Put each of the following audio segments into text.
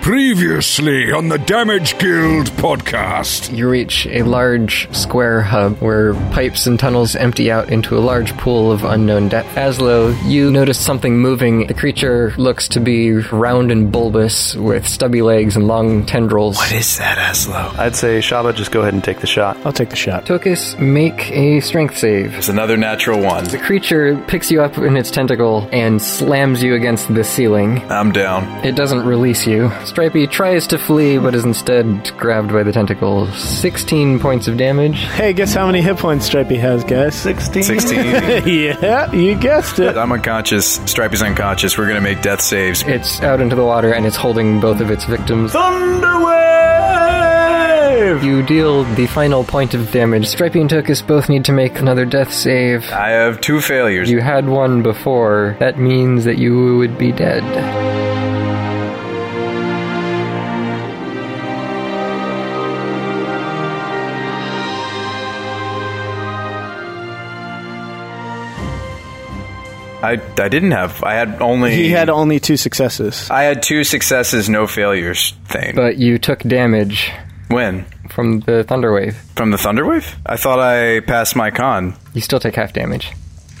Previously on the Damage Guild podcast. You reach a large square hub where pipes and tunnels empty out into a large pool of unknown depth. Aslo, you notice something moving. The creature looks to be round and bulbous with stubby legs and long tendrils. What is that, Aslo? I'd say Shaba, just go ahead and take the shot. I'll take the shot. Tokus, make a strength save. It's another natural one. The creature picks you up in its tentacle and slams you against the ceiling. I'm down. It doesn't release you. Stripey tries to flee, but is instead grabbed by the tentacle. 16 points of damage. Hey, guess how many hit points Stripey has, guys? 16. 16. yeah, you guessed it. I'm unconscious. Stripey's unconscious. We're going to make death saves. It's out into the water and it's holding both of its victims. Thunderwave! You deal the final point of damage. Stripey and Tokus both need to make another death save. I have two failures. You had one before. That means that you would be dead. I, I didn't have. I had only. He had only two successes. I had two successes, no failures thing. But you took damage when? from the thunder wave. From the Thunderwave? I thought I passed my con. You still take half damage.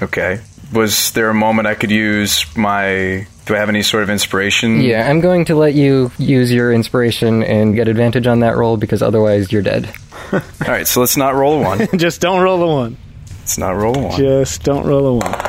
Okay. Was there a moment I could use my. Do I have any sort of inspiration? Yeah, I'm going to let you use your inspiration and get advantage on that roll because otherwise you're dead. All right, so let's not roll one. Just don't roll a one. let's not roll one. Just don't roll a one.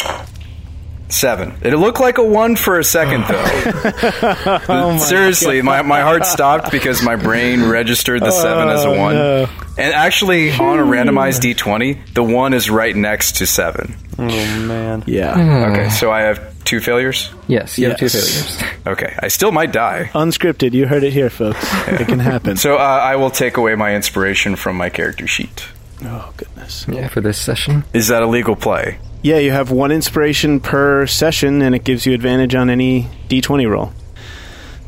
Seven. It looked like a one for a second, though. Oh Seriously, my, my heart stopped because my brain registered the seven as a Oh, one. no. And actually, on a randomized d20, the one is right next to seven. Oh, man. Yeah. Okay, so I have two failures. Yes, you have two Yes. failures. Okay, I still might die. Unscripted. You heard it here, folks. it can happen. So uh, I will take away my inspiration from my character sheet. Oh, goodness. Yeah, for this session. Is that a legal play? Yeah, you have one inspiration per session, and it gives you advantage on any d20 roll.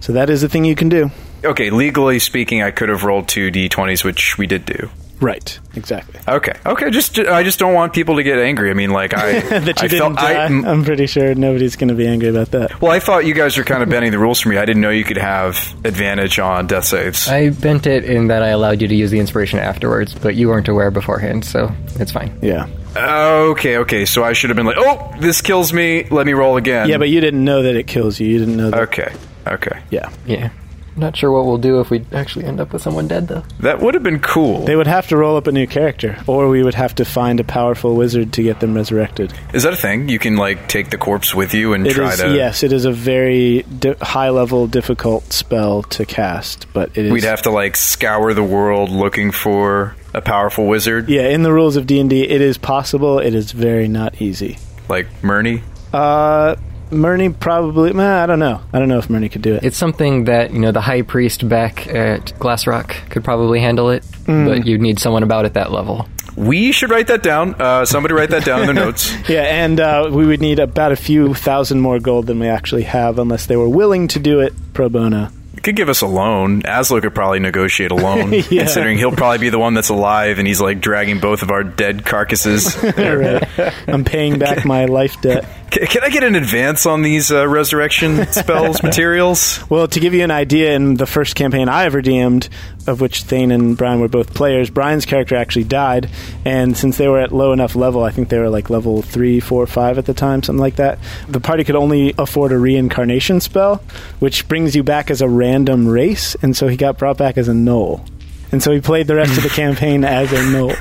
So that is the thing you can do. Okay, legally speaking, I could have rolled two d20s, which we did do. Right. Exactly. Okay, okay. Just I just don't want people to get angry. I mean, like I That you I didn't felt, I- die. m- I'm pretty sure nobody's going to be angry about that. Well, I thought you guys were kind of bending the rules for me. I didn't know you could have advantage on death saves. I bent it in that I allowed you to use the inspiration afterwards, but you weren't aware beforehand, so it's fine. Yeah. okay, okay. So I should have been like, "Oh, this kills me. Let me roll again." Yeah, but you didn't know that it kills you. You didn't know that. okay, okay. Yeah. Yeah. Not sure what we'll do if we actually end up with someone dead, though. That would have been cool. They would have to roll up a new character, or we would have to find a powerful wizard to get them resurrected. Is that a thing? You can like take the corpse with you and It try is- to. yes, it is a very di- high level, difficult spell to cast, but it is. We'd have to like scour the world looking for a powerful wizard yeah, in the rules of D anD D, it is possible. It is very not easy. like Murney. Uh, Murney probably. Nah, I don't know. I don't know if Murney could do it. It's something that, you know, the high priest back at Glassrock could probably handle it, but you'd need someone about at that level. We should write that down. Uh, somebody write that down in their notes. yeah, and uh, we would need about a few thousand more gold than we actually have, unless they were willing to do it pro bono. could give us a loan. Aslo could probably negotiate a loan, considering he'll probably be the one that's alive and he's like dragging both of our dead carcasses. can, Right. I'm paying back my life debt. can I get an advance on these uh, resurrection spells materials? Well, to give you an idea, in the first campaign I ever DM'd, of which Thane and Brian were both players, Brian's character actually died, and since they were at low enough level, I think they were like level three, four, five at the time, something like that. The party could only afford a reincarnation spell, which brings you back as a random race, and so he got brought back as a knoll. And so he played the rest of the campaign as a knoll.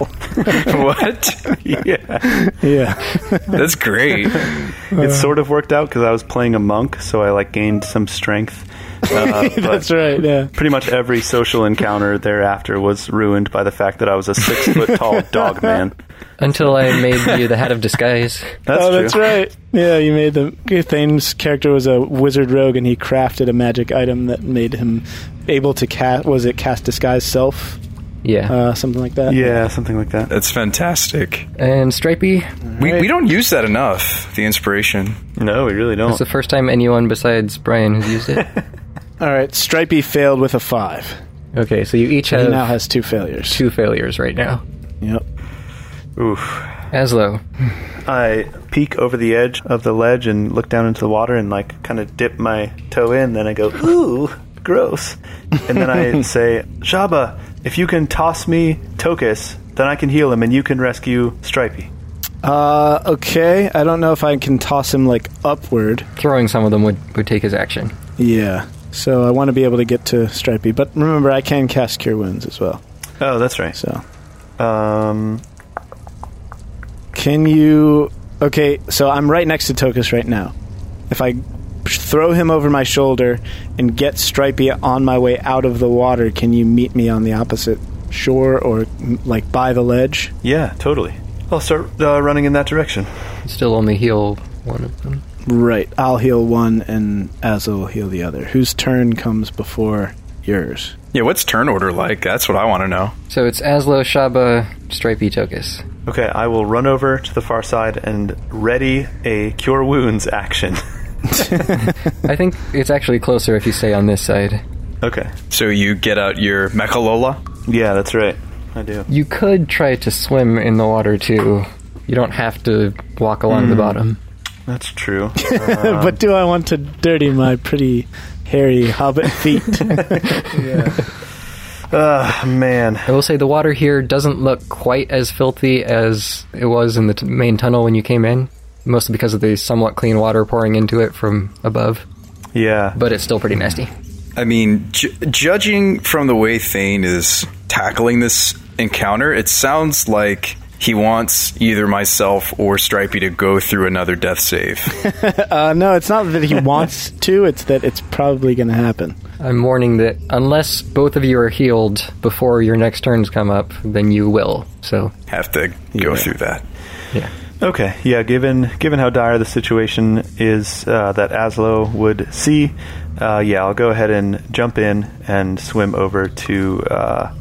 what? yeah, Yeah. that's great. It sort of worked out because I was playing a monk, so I like gained some strength. Uh, That's but right, yeah. pretty much every social encounter thereafter was ruined by the fact that I was a six foot tall dog man. Until I made you the hat of disguise. That's oh, true. that's right. Yeah, you made the Thane's character was a wizard rogue, and he crafted a magic item that made him able to cast. Was it cast disguise self, Yeah. uh, something like that? Yeah, something like that. That's fantastic. and Stripey, We, we don't use that enough. The inspiration. No, we really don't. it's the first time anyone besides Brian has used it. All right, Stripey failed with a five. okay, so you each He have now has two failures. two failures right now. Yep. Oof. Aslo, I peek over the edge of the ledge and look down into the water and like kind of dip my toe in. Then I go, ooh, gross. And then I say, Shaba, if you can toss me Tokus, then I can heal him and you can rescue Stripey. Uh, okay. I don't know if I can toss him like upward. Throwing some of them would, would take his action. Yeah. So I want to be able to get to Stripey, but remember I can cast Cure Wounds as well. Oh, that's right. So Um, can you? Okay. So I'm right next to Tokus right now. If I throw him over my shoulder and get Stripey on my way out of the water, can you meet me on the opposite shore or m- like by the ledge? yeah, totally. I'll start uh, running in that direction. Still only heal one of them. Right. I'll heal one and Azul will heal the other. Whose turn comes before yours? Yeah, what's turn order like? That's what I want to know. So it's Aslo, Shaba, Stripey, Tokus. Okay, I will run over to the far side and ready a cure wounds action. I think it's actually closer if you stay on this side. okay. So you get out your Mechalola. Yeah, that's right. I do. You could try to swim in the water too. You don't have to walk along the bottom. That's true. but do I want to dirty my pretty hairy hobbit feet? Ah, man. I will say the water here doesn't look quite as filthy as it was in the t- main tunnel when you came in, mostly because of the somewhat clean water pouring into it from above, Yeah. but it's still pretty nasty. I mean, ju- judging from the way Thane is tackling this encounter, it sounds like he wants either myself or Stripey to go through another death save. uh, no, it's not that he wants to, it's that it's probably going to happen. I'm warning that unless both of you are healed before your next turns come up, then you will. So, Have to go Yeah. through that. yeah. Okay. Yeah. Given given how dire the situation is uh, that Aslo would see, uh, yeah, I'll go ahead and jump in and swim over to. Uh,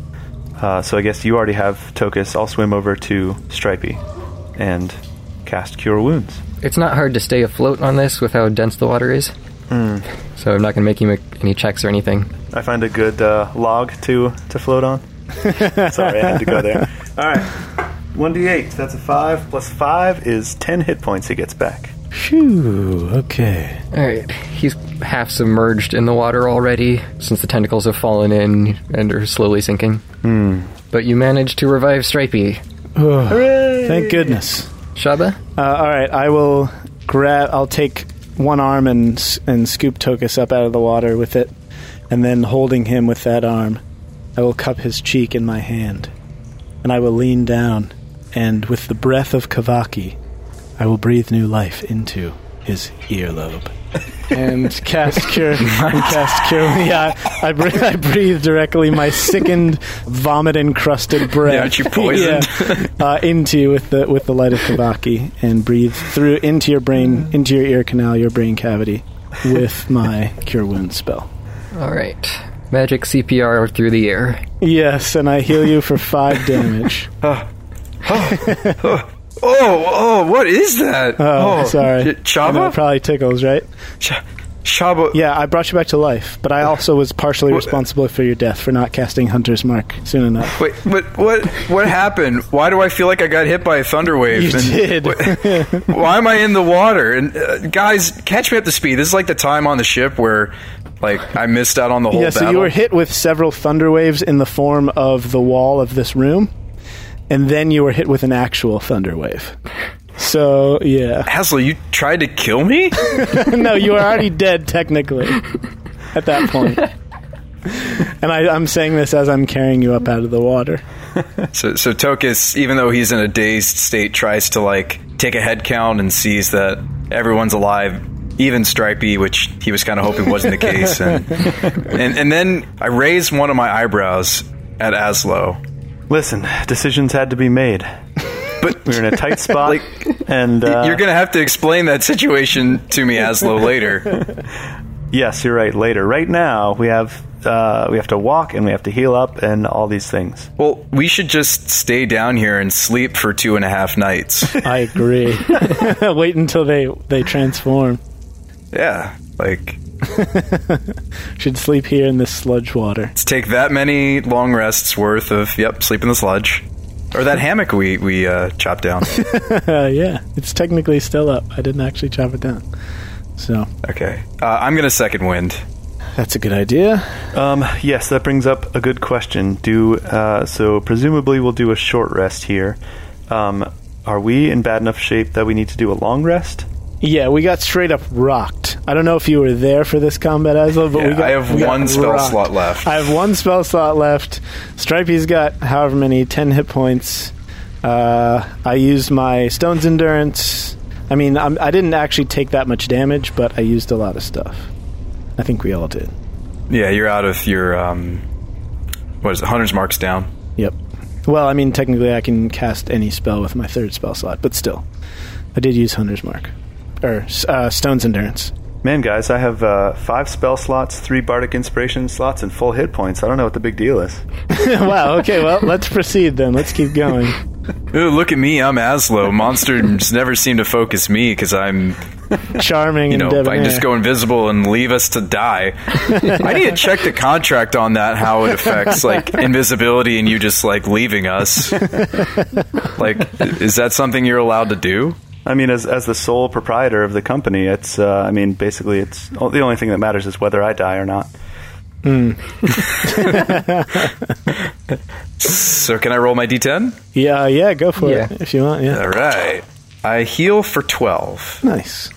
uh, so I guess you already have Tokus. I'll swim over to Stripey and cast Cure Wounds. It's not hard to stay afloat on this with how dense the water is. So I'm not going to make you make any checks or anything. I find a good uh, log to to float on. Sorry, I had to go there. All right, one d8. That's a five plus five is ten hit points. He gets back. Phew, okay. All right, he's half submerged in the water already since the tentacles have fallen in and are slowly sinking. But you managed to revive Stripey. Thank goodness. Shaba? Uh, all right, I will grab. I'll take one arm and s- and scoop Tokus up out of the water with it, and then holding him with that arm, I will cup his cheek in my hand, and I will lean down, and with the breath of Kavaki, I will breathe new life into his earlobe. and cast cure, and cast cure. Yeah, I, breathe, I breathe directly my sickened, vomit-encrusted breath. aren't you poisoned? Yeah. uh, into you with the with the light of Kavaki and breathe through into your brain, into your ear canal, your brain cavity, with my cure wound spell. All right. Magic CPR through the air. Yes, and I heal you for five damage. Uh, Oh, oh, what is that? Oh, sorry, Ch- I know it Chaba? probably tickles, right? Ch- Chaba. Yeah, I brought you back to life, but I also was partially responsible for your death for not casting Hunter's Mark soon enough. Wait, but what what happened? Why do I feel like I got hit by a thunder wave? You did. wh- why am I in the water? And uh, guys, catch me up to speed. This is like the time on the ship where like I missed out on the whole yeah, battle. so you were hit with several thunder waves in the form of the wall of this room, and then you were hit with an actual thunder wave. So yeah, Hassel, you tried to kill me? no, you are already dead technically at that point. And I, I'm saying this as I'm carrying you up out of the water. so so Tokus, even though he's in a dazed state, tries to like take a head count and sees that everyone's alive. Even Stripey, which he was kind of hoping wasn't the case, and, and and then I raised one of my eyebrows at Aslo, Listen, decisions had to be made. but We're in a tight spot, and uh, You're gonna have to explain that situation to me, Aslo, later. Yes, you're right. Later, right now, we have uh, we have to walk and we have to heal up and all these things. Well, we should just stay down here and sleep for two and a half nights. I agree. Wait until they, they transform. yeah, like Should sleep here in this sludge water. let's take that many long rests worth of yep, sleep in the sludge, or that hammock we we uh, chopped down. Uh, yeah, it's technically still up. I didn't actually chop it down. So Okay, uh, I'm gonna second wind. That's a good idea. Um, yes, that brings up a good question. Do uh, so. Presumably, we'll do a short rest here. Um, are we in bad enough shape that we need to do a long rest? Yeah, we got straight up rocked. I don't know if you were there for this combat, Aslo, but we Yeah, got. I have we got one spell rocked. slot left. I have one spell slot left. Stripey's got however many ten hit points. Uh, I used my stone's endurance. I mean, I'm, I didn't actually take that much damage, but I used a lot of stuff. I think we all did. Yeah, you're out of your um, what is it? Hunter's marks down. Yep. Well, I mean, technically, I can cast any spell with my third spell slot, but still, I did use Hunter's Mark or uh, Stone's Endurance. Man, guys, I have uh, five spell slots, three bardic inspiration slots, and full hit points. I don't know what the big deal is. wow. Okay. Well, let's proceed then. Let's keep going. Ooh, look at me, I'm Aslo. Monsters never seem to focus me because I'm, Charming you know, and if I debonair. can just go invisible and leave us to die. I need to check the contract on that, how it affects like invisibility and you just like leaving us. like, is that something you're allowed to do? I mean, as as the sole proprietor of the company, it's. Uh, I mean, basically, it's o- the only thing that matters is whether I die or not. So can I roll my d10? Yeah. Yeah. Go for Yeah. it if you want. Yeah. All right. I heal for 12. Nice.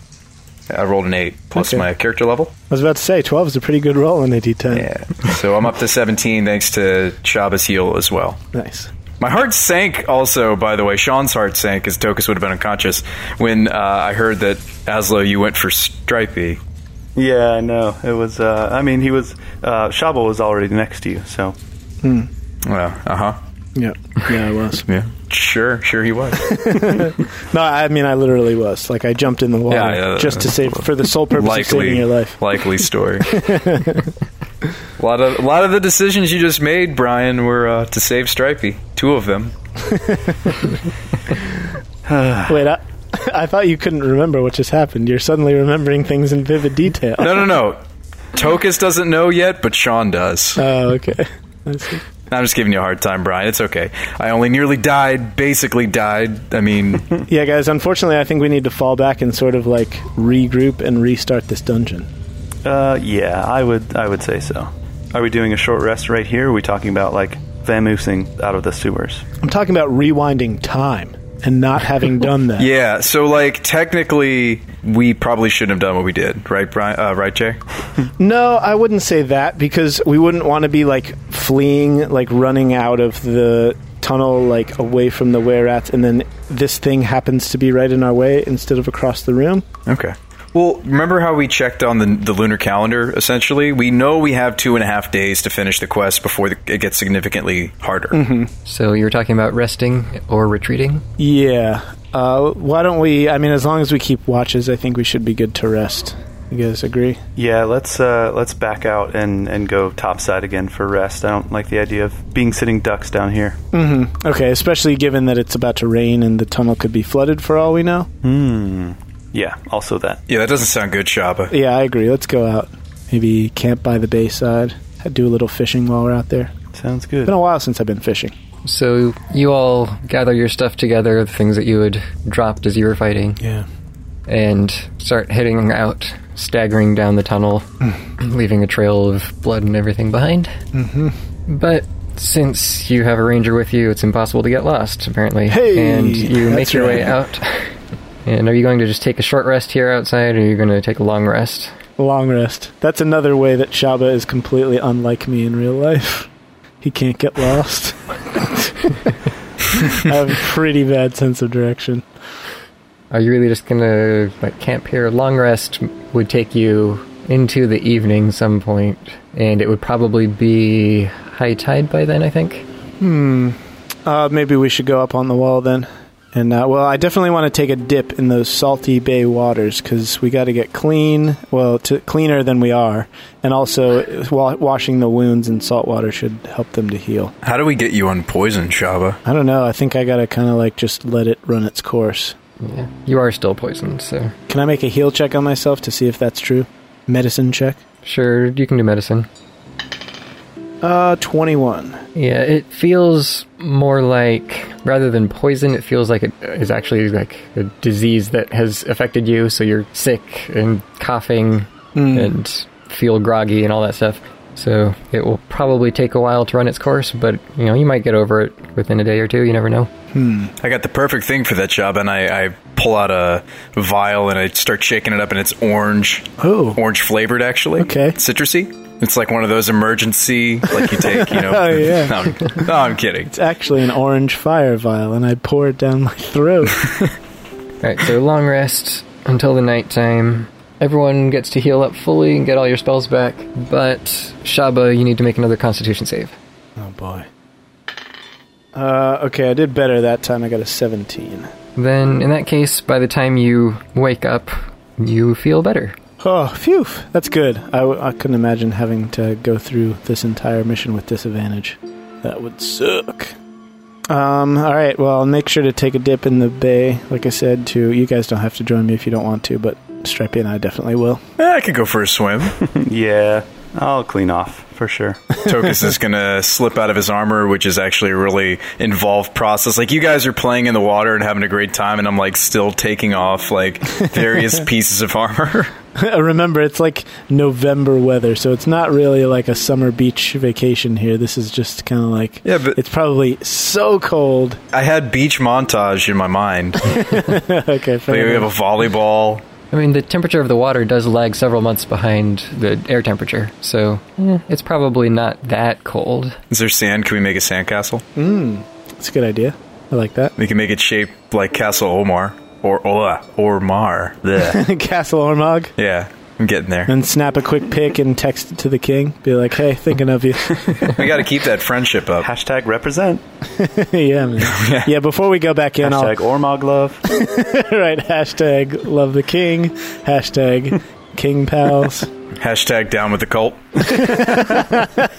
I rolled an 8 plus Okay. my character level. I was about to say twelve is a pretty good roll on a d10. Yeah. so I'm up to 17 thanks to Shaba's heal as well. Nice. My heart sank also, by the way. Sean's heart sank because Tokus would have been unconscious when uh, I heard that, Aslo, you went for Stripey. Yeah, I know. It was. Uh, I mean, he was. Uh, Shaba was already next to you, so Well, uh huh. Yeah. Yeah. I was. Yeah. Sure, sure he was. No. I mean, I literally was. Like, I jumped in the water Yeah, yeah. just to save for the sole purpose of saving likely, your life. likely story. a lot of a lot of the decisions you just made, Brian, were uh, to save Stripey. Two of them. Ah. Wait. I, I thought you couldn't remember what just happened. You're suddenly remembering things in vivid detail. No, no, no. Tokus doesn't know yet, but Sean does. Oh, okay. I see. I'm just giving you a hard time, Brian. It's okay. I only nearly died, basically died. I mean, Yeah, guys, unfortunately, I think we need to fall back and sort of like regroup and restart this dungeon. Uh, yeah, I would. I would say so. Are we doing a short rest right here? Or are we talking about like vamoosing out of the sewers? I'm talking about rewinding time and not having done that. Yeah, so like technically, we probably shouldn't have done what we did, right, Brian? Uh, right, Jay? No, I wouldn't say that because we wouldn't want to be like fleeing, like running out of the tunnel, like away from the were rats, and then this thing happens to be right in our way instead of across the room. Okay. Well, remember how we checked on the, the lunar calendar? Essentially, we know we have two and a half days to finish the quest before the, it gets significantly harder. So you were talking about resting or retreating? Yeah. Uh, why don't we? I mean, as long as we keep watches, I think we should be good to rest. You guys agree? Yeah, let's uh, let's back out and and go topside again for rest. I don't like the idea of being sitting ducks down here. Okay, especially given that it's about to rain and the tunnel could be flooded for all we know. Hmm. Yeah, also that. Yeah, that doesn't sound good, Shaba. Yeah, I agree. Let's go out. Maybe camp by the bayside. Do a little fishing while we're out there. Sounds good. Been a while since I've been fishing. So you all gather your stuff together, the things that you had dropped as you were fighting, Yeah. and start heading out, staggering down the tunnel, Mm. leaving a trail of blood and everything behind. Mm-hmm. But since you have a ranger with you, it's impossible to get lost, apparently. Hey, and you make that's your way right. out. And are you going to just take a short rest here outside, or are you going to take a long rest? Long rest. That's another way that Shaba is completely unlike me in real life. He can't get lost. I have a pretty bad sense of direction. Are you really just gonna like camp here? Long rest would take you into the evening some point, and it would probably be high tide by then. I think. Uh, maybe we should go up on the wall then. And uh, well, I definitely want to take a dip in those salty bay waters because we got to get clean. Well, to cleaner than we are, and also wa- washing the wounds in salt water should help them to heal. How do we get you on poison, Shaba? I don't know. I think I got to kind of like just let it run its course. Yeah, you are still poisoned, so Can I make a heal check on myself to see if that's true? Medicine check. sure you can do medicine. Uh, twenty-one. Yeah, it feels more like rather than poison, it feels like it is actually like a disease that has affected you. So you're sick and coughing and feel groggy and all that stuff. So it will probably take a while to run its course, but you know you might get over it within a day or two. You never know. I got the perfect thing for that job, and I, I pull out a vial and I start shaking it up, and it's orange. Oh. orange flavored actually. Okay. citrusy. It's like one of those emergency, like you take, you know. Oh, yeah. no, I'm- no, I'm kidding. It's actually an orange fire vial, and I pour it down my throat. All right, so long rest until the night time. Everyone gets to heal up fully and get all your spells back, but Shaba, you need to make another Constitution save. oh boy. Uh, okay, I did better that time. I got a 17. Then, in that case, by the time you wake up, you feel better. Oh, phew. That's good. I, w- I couldn't imagine having to go through this entire mission with disadvantage. That would suck. Um, all right, well, I'll make sure to take a dip in the bay, like I said, to. You guys don't have to join me if you don't want to, but Stripey and I definitely will. Eh, I could go for a swim. Yeah, I'll clean off for sure. Tokus is gonna slip out of his armor, which is actually a really involved process. Like you guys are playing in the water and having a great time, and I'm like still taking off like various pieces of armor. Remember, it's like November weather, so it's not really like a summer beach vacation here. This is just kind of like. Yeah, but- It's probably so cold. I had beach montage in my mind. Like, okay, we fair have a enough. volleyball. I mean, the temperature of the water does lag several months behind the air temperature, so eh, it's probably not that cold. Is there sand? Can we make a sandcastle? It's a good idea. I like that. We can make it shaped like Castle Omar or Ola or Mar. Bleh. Castle Ormog. yeah, I'm getting there. and snap a quick pic and text it to the king. Be like, "Hey, thinking of you." We got to keep that friendship up. Hashtag represent. yeah, man. Yeah. Before we go back in, Hashtag Ormog love. I'll write hashtag love the king, hashtag king pals. Hashtag down with the cult.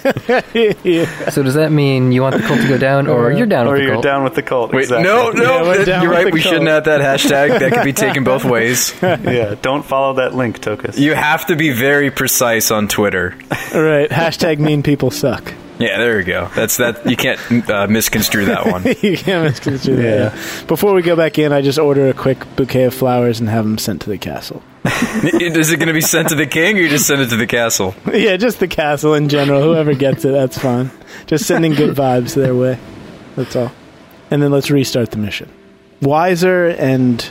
yeah. So does that mean you want the cult to go down, or you're down or with the you're cult? down with the cult. Wait, exactly. no, Yeah, no, we're that- down you're with right. the We cult. shouldn't have that hashtag. That could be taken both ways. Yeah, don't follow that link, Tokus. You have to be very precise on Twitter. All right. Hashtag mean people suck. Yeah, there we go. That's that. You can't uh, misconstrue that one. you can't misconstrue that. Yeah. yeah. Before we go back in, I just order a quick bouquet of flowers and have them sent to the castle. Is it going to be sent to the king, or you just send it to the castle? yeah, just the castle in general. Whoever gets it, that's fine. Just sending good vibes their way. That's all. And then let's restart the mission. Wiser and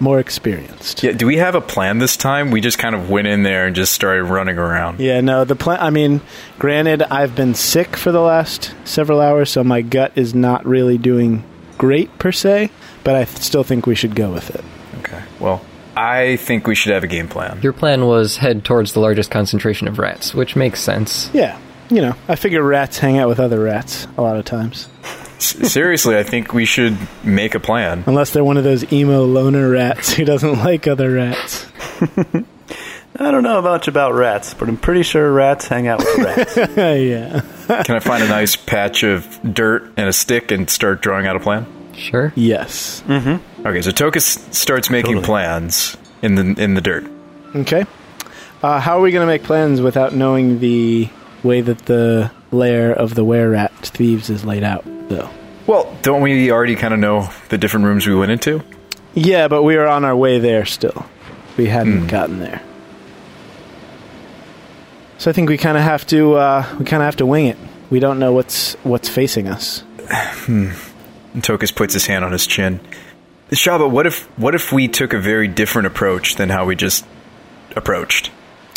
more experienced. Yeah. Do we have a plan this time? We just kind of went in there and just started running around. Yeah, no, the plan. I mean, granted, I've been sick for the last several hours, so my gut is not really doing great per se, but I th- still think we should go with it. Okay. Well, I think we should have a game plan. Your plan was head towards the largest concentration of rats, which makes sense. Yeah, you know, I figure rats hang out with other rats a lot of times. S- Seriously, I think we should make a plan. Unless they're one of those emo loner rats who doesn't like other rats. I don't know much about rats, but I'm pretty sure rats hang out with rats. yeah. Can I find a nice patch of dirt and a stick and start drawing out a plan? Sure. Yes. Okay, so Tokus starts making Totally. plans in the in the dirt. Okay. Uh, how are we going to make plans without knowing the way that the lair of the were rat thieves is laid out, though? Well, don't we already kind of know the different rooms we went into? Yeah, but we are on our way there still. We hadn't gotten there. So I think we kind of have to uh, we kind of have to wing it. We don't know what's what's facing us. And Tokus puts his hand on his chin. Shaba, what if what if we took a very different approach than how we just approached?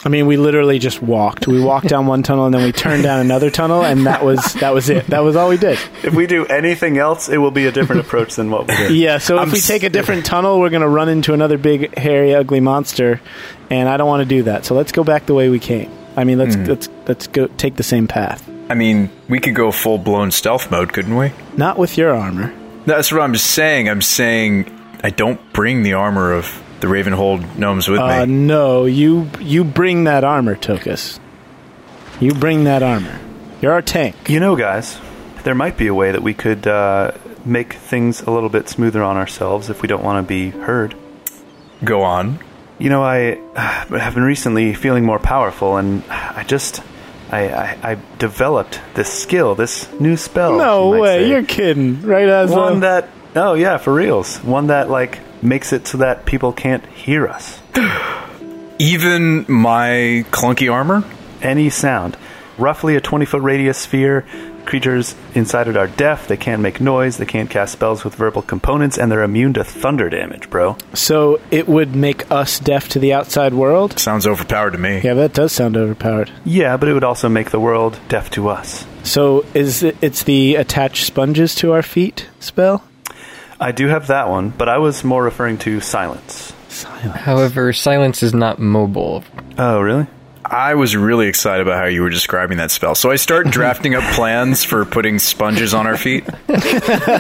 I mean, we literally just walked. We walked down one tunnel and then we turned down another tunnel, and that was that was it. That was all we did. if we do anything else, it will be a different approach than what we did. Yeah, so I'm if we s- take a different tunnel, we're going to run into another big, hairy, ugly monster, and I don't want to do that. So let's go back the way we came. I mean, Hmm. let's let's let's go take the same path. I mean, we could go full blown stealth mode, couldn't we? Not with your armor. That's what I'm saying. I'm saying I don't bring the armor of the Ravenhold gnomes with Uh, me. no, you you bring that armor, Tokus. You bring that armor. You're our tank. You know, guys, there might be a way that we could uh, make things a little bit smoother on ourselves if we don't want to be heard. Go on. You know, I uh, have been recently feeling more powerful, and I just. I, I, I developed this skill, this new spell. No Oh, you might way, say. you're kidding, right, Aslo? One that. Oh, yeah, for reals. One that, like, makes it so that people can't hear us. Even my clunky armor? any sound. Roughly a 20 foot radius sphere. Creatures inside it are deaf, they can't make noise, they can't cast spells with verbal components, and they're immune to thunder damage, bro. So it would make us deaf to the outside world? Sounds overpowered to me. Yeah, that does sound overpowered. Yeah, but it would also make the world deaf to us. So is it, it's the attach sponges to our feet spell? I do have that one, but I was more referring to silence. Silent. However, silence is not mobile. Oh, really? I was really excited about how you were describing that spell. So I start drafting up plans for putting sponges on our feet.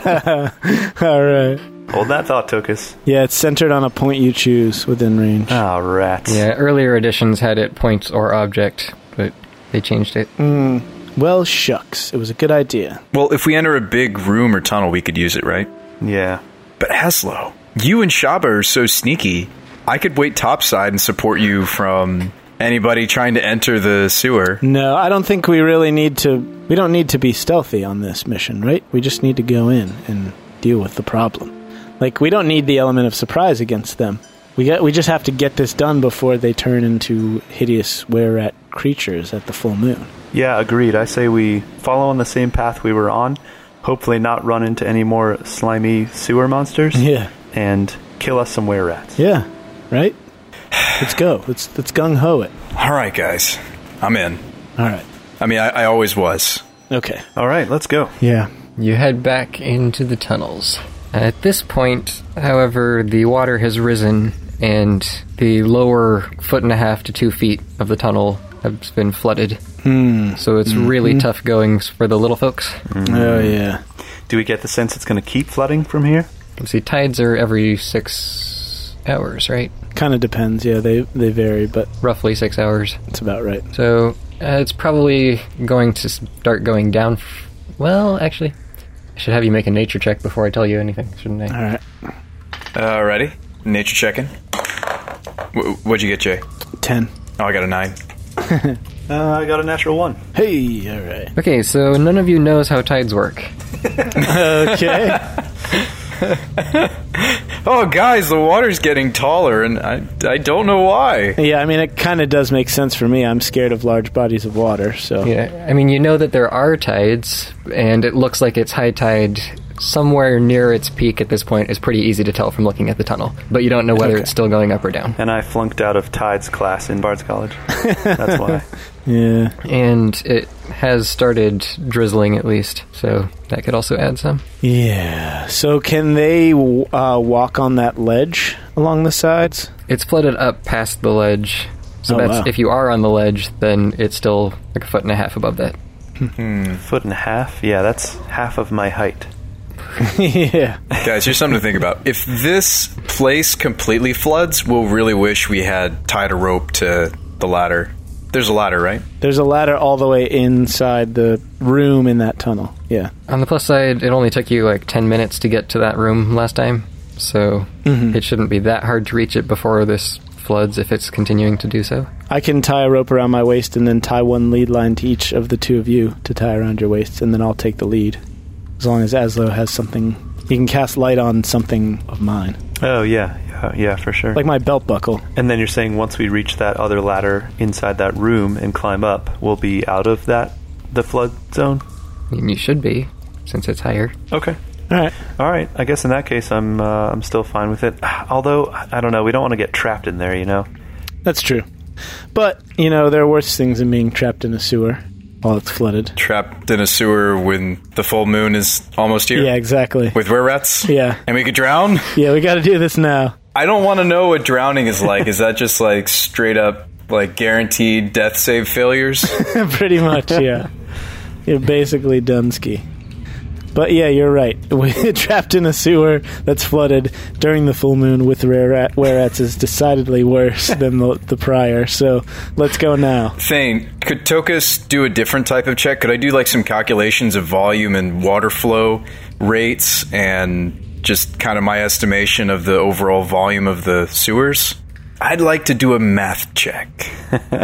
All right. Hold that thought, Tokus. Yeah, it's centered on a point you choose within range. Ah, rats. Yeah, earlier editions had it points or object, but they changed it. Well, shucks. It was a good idea. Well, if we enter a big room or tunnel, we could use it, right? Yeah. But Haslo, you and Shaba are so sneaky. I could wait topside and support you from anybody trying to enter the sewer. No, I don't think we really need to. We don't need to be stealthy on this mission, right? We just need to go in and deal with the problem. Like we don't need the element of surprise against them. We got. We just have to get this done before they turn into hideous were-rat creatures at the full moon. Yeah, agreed. I say we follow on the same path we were on, hopefully, not run into any more slimy sewer monsters, Yeah. and kill us some were rats. Yeah. Right. Let's go. Let's let's gung ho it. All right, guys, I'm in. All right. I mean, I, I always was. Okay. All right, let's go. Yeah. You head back into the tunnels. At this point, however, the water has risen, and the lower foot and a half to two feet of the tunnel has been flooded. So it's really tough goings for the little folks. Oh yeah. Do we get the sense it's going to keep flooding from here? See, tides are every six hours, right? Kind of depends. Yeah, they they vary, but Roughly six hours. it's about right. So uh, it's probably going to start going down. F- well, actually, I should have you make a nature check before I tell you anything, shouldn't I? All right. Uh, ready? Nature checking. W- what'd you get, Jay? Ten. Oh, I got a nine. Uh, I got a natural one. Hey. All right. Okay, so none of you knows how tides work. Okay. Oh, guys, the water's getting taller, and I, I don't know why. Yeah, I mean, it kind of does make sense for me. I'm scared of large bodies of water, so. Yeah, I mean, you know that there are tides, and it looks like it's high tide somewhere near its peak at this point. It's pretty easy to tell from looking at the tunnel, but you don't know whether Okay. it's still going up or down. And I flunked out of Tides class in Bard's College. That's why. Yeah. And it has started drizzling at least, so that could also add some. Yeah. So, can they w- uh, walk on that ledge along the sides? It's flooded up past the ledge. So Oh, that's wow. if you are on the ledge, then it's still like a foot and a half above that. Foot and a half? Yeah, that's half of my height. yeah. Guys, here's something to think about. If this place completely floods, we'll really wish we had tied a rope to the ladder. There's a ladder, right? There's a ladder all the way inside the room in that tunnel. Yeah. On the plus side, it only took you like 10 minutes to get to that room last time, so Mm-hmm. it shouldn't be that hard to reach it before this floods if it's continuing to do so. I can tie a rope around my waist and then tie one lead line to each of the two of you to tie around your waist, and then I'll take the lead. As long as Aslo has something. He can cast light on something of mine, Oh, yeah, yeah, yeah, for sure. like my belt buckle. and then you're saying once we reach that other ladder inside that room and climb up, we'll be out of that, the flood zone? I mean, you should be, since it's higher. Okay. All right. All right. I guess in that case, I'm uh, I'm still fine with it. Although I don't know, we don't want to get trapped in there, you know. That's true. But, you know, there are worse things than being trapped in a sewer while it's flooded. Trapped in a sewer when the full moon is almost here. Yeah, exactly. With were rats? Yeah. And we could drown? Yeah, we got to do this now. I don't want to know what drowning is like. is that just like straight up, like guaranteed death save failures? Pretty much, yeah. You're basically Dunsky. But yeah, you're right. We're trapped in a sewer that's flooded during the full moon with rare rat- were rats is decidedly worse than the, the prior. So let's go now. Thane, could Tokus do a different type of check? Could I do like some calculations of volume and water flow rates and just kind of my estimation of the overall volume of the sewers? I'd like to do a math check.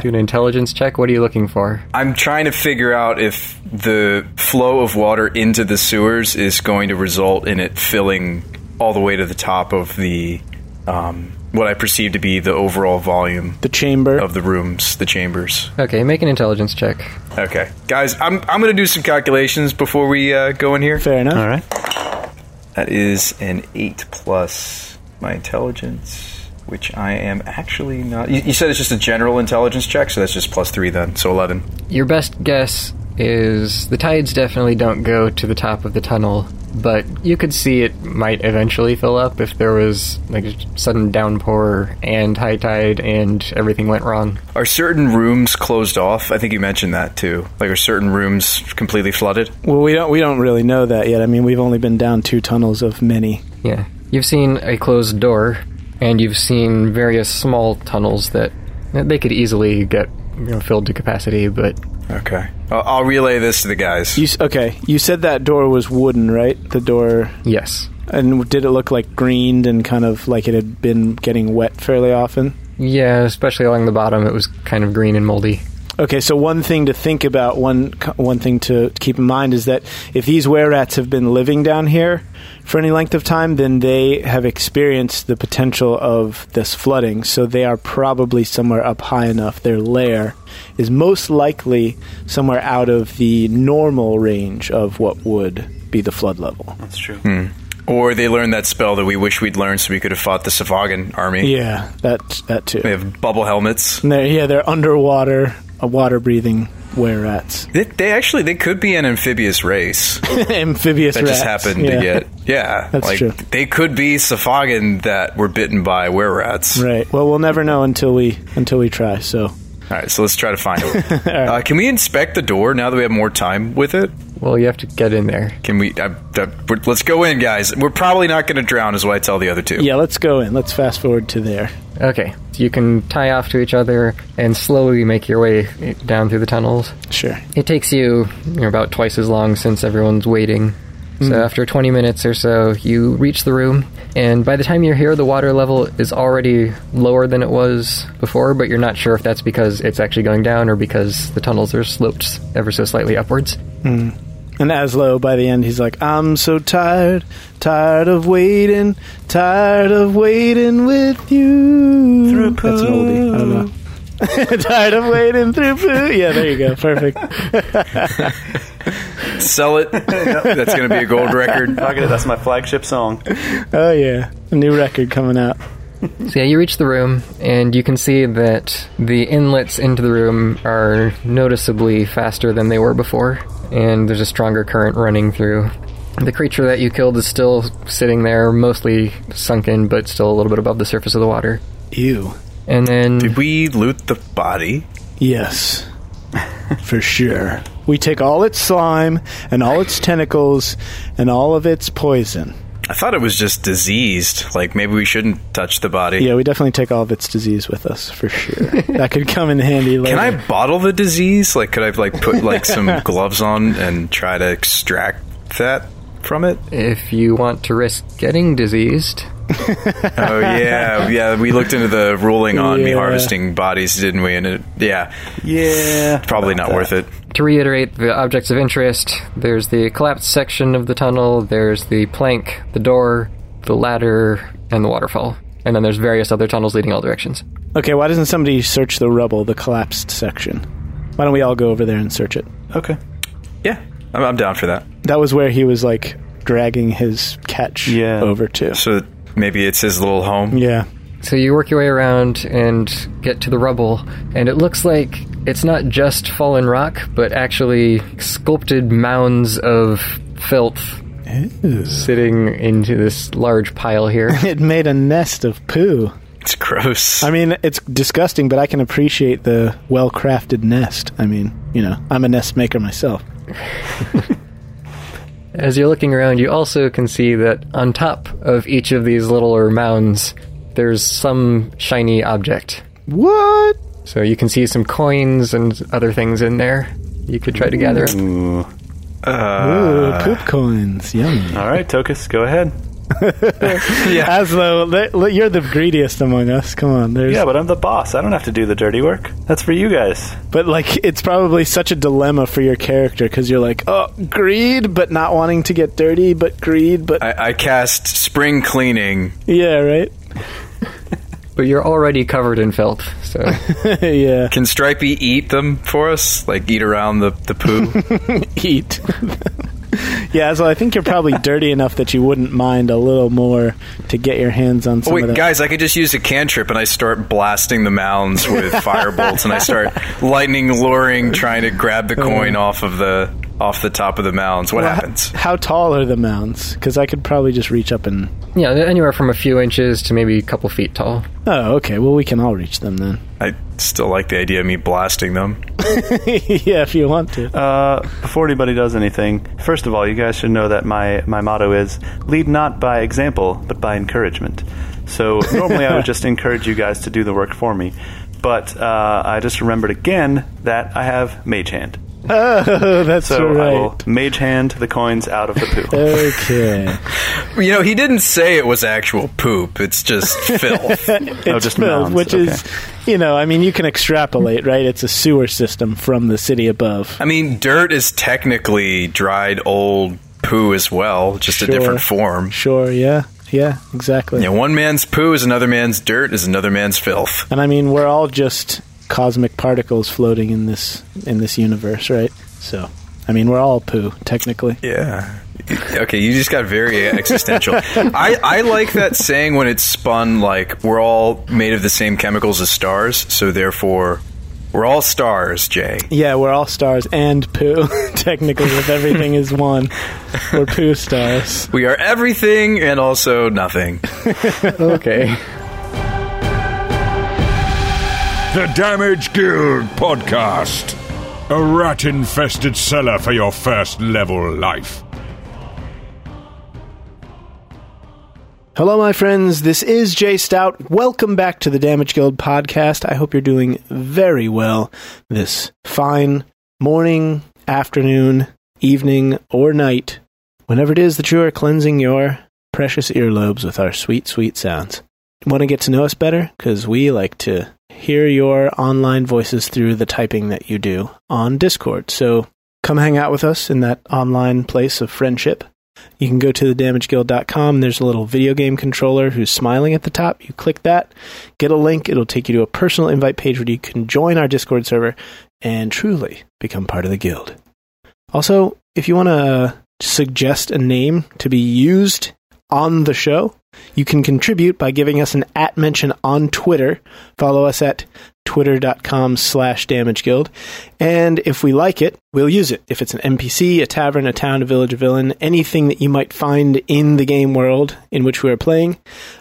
do an intelligence check. What are you looking for? I'm trying to figure out if the flow of water into the sewers is going to result in it filling all the way to the top of the um, what I perceive to be the overall volume The chamber. Oh. of the rooms, the chambers. Okay, make an intelligence check. Okay, guys, I'm I'm gonna do some calculations before we uh, go in here. Fair enough. All right. That is an eight plus my intelligence, which I am actually not. You, you said it's just a general intelligence check, so that's just plus three then, so eleven. Your best guess is the tides definitely don't go to the top of the tunnel, but you could see it might eventually fill up if there was like a sudden downpour and high tide and everything went wrong. Are certain rooms closed off? I think you mentioned that too. Like, are certain rooms completely flooded? Well, we don't we don't really know that yet. I mean, we've only been down two tunnels of many. Yeah. You've seen a closed door and you've seen various small tunnels that that they could easily get you know, filled to capacity, but Okay, I'll, I'll relay this to the guys. You s- okay? You said that door was wooden, right? The door, yes. and did it look like greened and kind of like it had been getting wet fairly often? Yeah, especially along the bottom it was kind of green and moldy. Okay, so one thing to think about, one c- one thing to keep in mind is that if these were rats have been living down here for any length of time, then they have experienced the potential of this flooding. So they are probably somewhere up high enough. Their lair is most likely somewhere out of the normal range of what would be the flood level. That's true. Or they learned that spell that we wish we'd learned, so we could have fought the Savagan army. Yeah, that that too. They have bubble helmets. And they're, yeah, they're underwater, uh, water breathing were rats, They, they actually they could be an amphibious race. amphibious that rats. just happened yeah. to get yeah That's like true. they could be Safagan that were bitten by were rats Right. Well, we'll never know until we until we try. So all right so let's try to find them uh, can we inspect the door now that we have more time with it Well, you have to get in there. can we uh, uh, we're- let's go in guys we're probably not going to drown is what i tell the other two yeah, let's go in. Let's fast forward to there. Okay. You can tie off to each other and slowly make your way down through the tunnels. Sure. It takes you, you know, about twice as long since everyone's waiting. So after 20 minutes or so, you reach the room, and by the time you're here, the water level is already lower than it was before, but you're not sure if that's because it's actually going down or because the tunnels are sloped ever so slightly upwards. And Aslo, by the end, he's like, "I'm so tired, tired of waiting, tired of waiting with you." That's an oldie. I don't know. tired of waiting through poo. Yeah, there you go. Perfect. sell it that's going to be a gold record Fuck it, That's my flagship song. oh yeah, a new record coming out. So yeah, you reach the room, and you can see that the inlets into the room are noticeably faster than they were before, and there's a stronger current running through. The creature that you killed is still sitting there, mostly sunken, but still a little bit above the surface of the water. Ew. And then, did we loot the body Yes. For sure. We take all its slime and all its tentacles and all of its poison. i thought it was just diseased like maybe we shouldn't touch the body Yeah, we definitely take all of its disease with us for sure. that could come in handy later. Can I bottle the disease? Like, could I like put like some gloves on and try to extract that from it? if you want to risk getting diseased, Oh yeah, yeah. We looked into the ruling on me Yeah. harvesting bodies, didn't we? And it, yeah, Yeah. probably not worth it. to reiterate the objects of interest, there's the collapsed section of the tunnel, there's the plank, the door, the ladder, and the waterfall. And then there's various other tunnels leading all directions. okay, why doesn't somebody search the rubble, the collapsed section? Why don't we all go over there and search it? Okay. Yeah, I'm, I'm down for that. That was where he was like dragging his catch Yeah. over to. So maybe it's his little home. Yeah. So you work your way around and get to the rubble, and it looks like it's not just fallen rock, but actually sculpted mounds of filth sitting into this large pile here. It made a nest of poo. It's gross. I mean, it's disgusting, but I can appreciate the well crafted nest. I mean, you know, I'm a nest maker myself. As you're looking around, you also can see that on top of each of these littler mounds, there's some shiny object. What? So you can see some coins and other things in there. You could try to gather. up. Ooh. Uh, Ah. Ooh, poop coins. Yummy. All right, Tokus, go ahead. yeah, Aslo, le- le- you're the greediest among us. Come on. There's, Yeah, but I'm the boss. I don't have to do the dirty work. That's for you guys. But, like, it's probably such a dilemma for your character because you're like, oh, greed, but not wanting to get dirty, but greed, but. I, I cast spring cleaning yeah, right? But you're already covered in felt, so yeah. Can Stripey eat them for us? Like eat around the, the poo? Eat. yeah, so I think you're probably dirty enough that you wouldn't mind a little more to get your hands on some oh, of wait, that. guys, I could just use a cantrip and I start blasting the mounds with firebolts and I start lightning luring, trying to grab the coin off of the off the top of the mounds. What Well, h- happens? How tall are the mounds? Because I could probably just reach up and. yeah, they're anywhere from a few inches to maybe a couple feet tall. Oh, okay. Well, we can all reach them then. I still like the idea of me blasting them. yeah, if you want to. Uh, before anybody does anything, first of all, you guys should know that my, my motto is lead not by example, but by encouragement. So normally I would just encourage you guys to do the work for me. But uh, I just remembered again that I have Mage Hand. Oh, that's So I will right. Mage Hand the coins out of the poo. Okay. You know, he didn't say it was actual poop. It's just filth. it's just filled, mounds, which okay. is, you know, I mean, you can extrapolate, right? It's a sewer system from the city above. I mean, dirt is technically dried old poo as well, just a Sure. different form. Sure. Yeah. Yeah. Exactly. Yeah, one man's poo is another man's dirt is another man's filth. And I mean, we're all just cosmic particles floating in this in this universe, right? So, I mean, we're all poo technically. Yeah. Okay, you just got very existential. I, I like that saying when it's spun like we're all made of the same chemicals as stars, so therefore we're all stars, Jay. Yeah, we're all stars and poo technically. If everything is one, we're poo stars. We are everything and also nothing. Okay. The Damage Guild Podcast. A rat infested cellar for your first level life. Hello, my friends. This is Jay Stout. Welcome back to the Damage Guild podcast. I hope you're doing very well this fine morning, afternoon, evening, or night, whenever it is that you are cleansing your precious earlobes with our sweet, sweet sounds. Want to get to know us better? Because we like to hear your online voices through the typing that you do on Discord. So come hang out with us in that online place of friendship. You can go to thedamageguild.com. There's a little video game controller who's smiling at the top. You click that, get a link. It'll take you to a personal invite page where you can join our Discord server and truly become part of the guild. Also, if you want to suggest a name to be used on the show, you can contribute by giving us an at mention on Twitter. Follow us at twitter.com slash damage guild. And if we like it, we'll use it. If it's an NPC, a tavern, a town, a village, a villain, anything that you might find in the game world in which we are playing,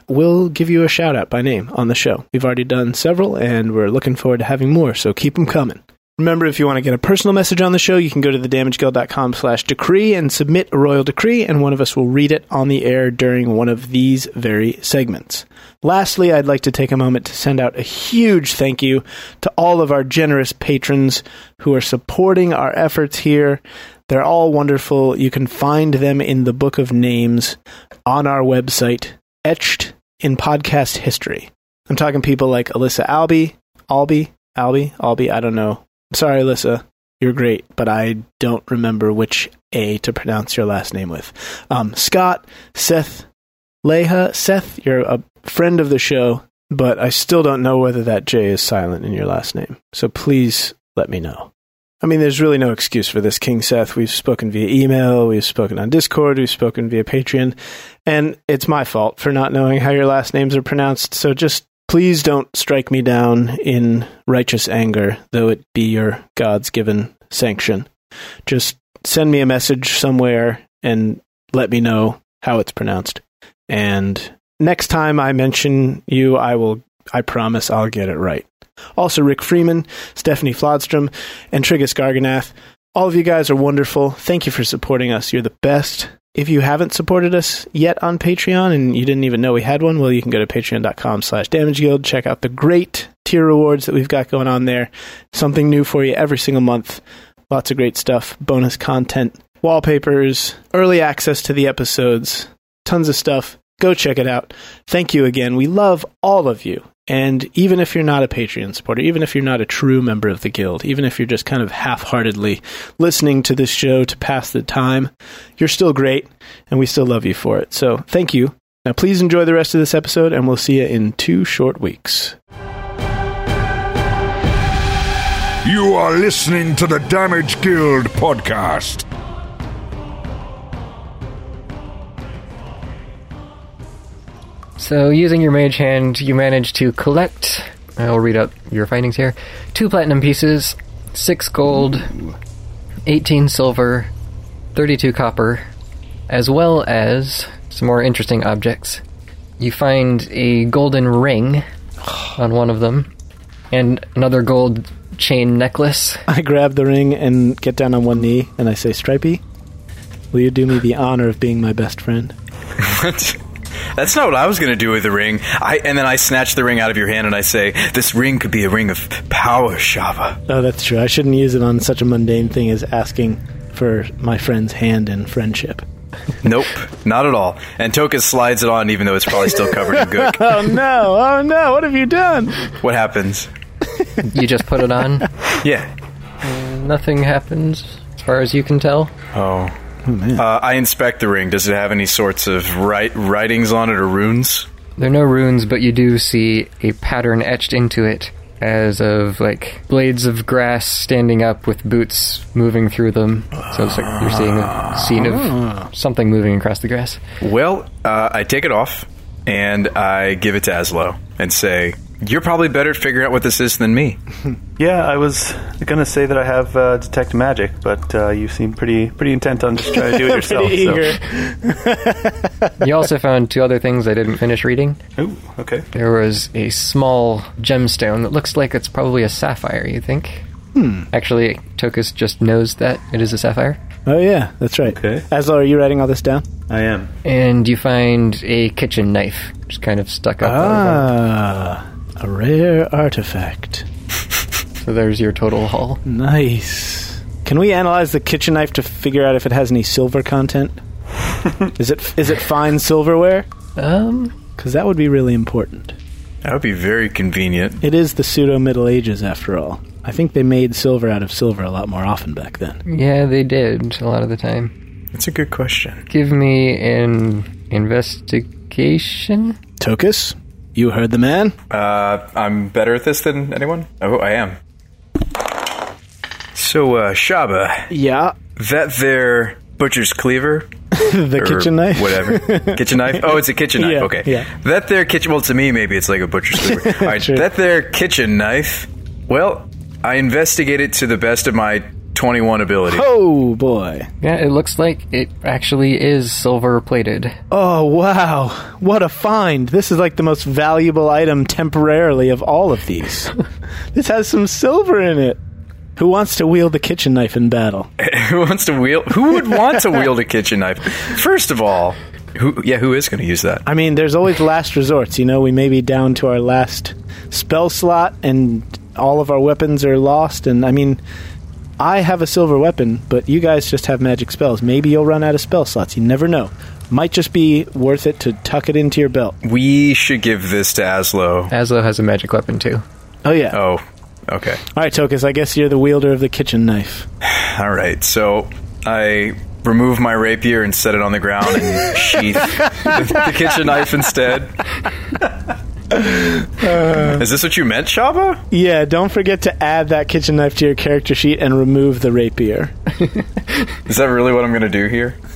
we'll give you a shout out by name on the show. We've already done several and we're looking forward to having more, so keep them coming. Remember, if you want to get a personal message on the show, you can go to thedamageguild.com slash decree and submit a royal decree, and one of us will read it on the air during one of these very segments. Lastly, I'd like to take a moment to send out a huge thank you to all of our generous patrons who are supporting our efforts here. They're all wonderful. You can find them in the Book of Names on our website, etched in podcast history. I'm talking people like Alyssa Albee, Albee, Albee, Albee, I don't know. Sorry, Alyssa. You're great, but I don't remember which A to pronounce your last name with. Um, Scott, Seth, Leha, Seth, you're a friend of the show, but I still don't know whether that J is silent in your last name. So please let me know. I mean, there's really no excuse for this, King Seth. We've spoken via email, we've spoken on Discord, we've spoken via Patreon, and it's my fault for not knowing how your last names are pronounced. So just please don't strike me down in righteous anger, though it be your God's given sanction. Just send me a message somewhere and let me know how it's pronounced. And next time I mention you, I will. I promise I'll get it right. Also, Rick Freeman, Stephanie Flodstrom, and Trigus Garganath. All of you guys are wonderful. Thank you for supporting us. You're the best. If you haven't supported us yet on Patreon and you didn't even know we had one, well, you can go to patreon.com slash damage guild. Check out the great tier rewards that we've got going on there. Something new for you every single month. Lots of great stuff, bonus content, wallpapers, early access to the episodes, tons of stuff. Go check it out. Thank you again. We love all of you. And even if you're not a Patreon supporter, even if you're not a true member of the guild, even if you're just kind of half heartedly listening to this show to pass the time, you're still great and we still love you for it. So thank you. Now, please enjoy the rest of this episode, and we'll see you in two short weeks. You are listening to the Damage Guild podcast. So, using your mage hand, you manage to collect. I'll read out your findings here: two platinum pieces, six gold, eighteen silver, thirty-two copper, as well as some more interesting objects. You find a golden ring on one of them, and another gold chain necklace. I grab the ring and get down on one knee, and I say, Stripey, will you do me the honor of being my best friend? What? That's not what I was going to do with the ring. I and then I snatch the ring out of your hand and I say, "This ring could be a ring of power, Shava." Oh, that's true. I shouldn't use it on such a mundane thing as asking for my friend's hand in friendship. Nope, not at all. And Tokus slides it on, even though it's probably still covered in gook. Oh, no. Oh, no. What have you done? What happens? You just put it on. Yeah. Nothing happens, as far as you can tell. Oh. Uh, I inspect the ring. Does it have any sorts of write- writings on it or runes? There are no runes, but you do see a pattern etched into it, as of like blades of grass standing up with boots moving through them. So it's like you're seeing a scene of something moving across the grass. Well, uh, I take it off and I give it to Aslo and say, "You're probably better at figuring out what this is than me." Yeah, I was gonna say that I have uh, detect magic, but uh, you seem pretty pretty intent on just trying to do it yourself. Pretty eager. so. You also found two other things I didn't finish reading. Ooh, okay. There was a small gemstone that looks like it's probably a sapphire, you think? Hmm. Actually, Tokus just knows that it is a sapphire. Oh, yeah. That's right. Okay. Aslo, are you writing all this down? I am. And you find a kitchen knife, just kind of stuck up. out of one. Ah, a rare artifact. So there's your total haul. Nice. Can we analyze the kitchen knife to figure out if it has any silver content? is it is it fine silverware? Um, Because that would be really important. That would be very convenient. It is the pseudo Middle Ages, after all. I think they made silver out of silver a lot more often back then. Yeah, they did a lot of the time. That's a good question. Give me an investigation. Tokus, you heard the man. Uh, I'm better at this than anyone. Oh, I am. So, uh, Shaba, Yeah, that there butcher's cleaver the or kitchen knife. whatever kitchen knife. Oh, it's a kitchen knife. Yeah, okay, yeah. That there kitchen. Well, to me, maybe it's like a butcher's cleaver. All right, Sure. that there kitchen knife. Well, I investigate it to the best of my 21 ability. Oh boy! Yeah, it looks like it actually is silver plated. Oh wow! What a find! This is like the most valuable item temporarily of all of these. this has some silver in it. Who wants to wield the kitchen knife in battle? who wants to wield? Who would want to wield a kitchen knife? First of all, who? Yeah, who is going to use that? I mean, there's always last resorts. You know, we may be down to our last spell slot, and all of our weapons are lost. And I mean, I have a silver weapon, but you guys just have magic spells. Maybe you'll run out of spell slots. You never know. Might just be worth it to tuck it into your belt. We should give this to Aslo. Aslo has a magic weapon too. Oh yeah. Oh, okay. All right, Tokus. I guess you're the wielder of the kitchen knife. All right, so I remove my rapier and set it on the ground and sheath the kitchen knife instead. Is this what you meant, Shava? Yeah. Don't forget to add that kitchen knife to your character sheet and remove the rapier. Is that really what I'm going to do here?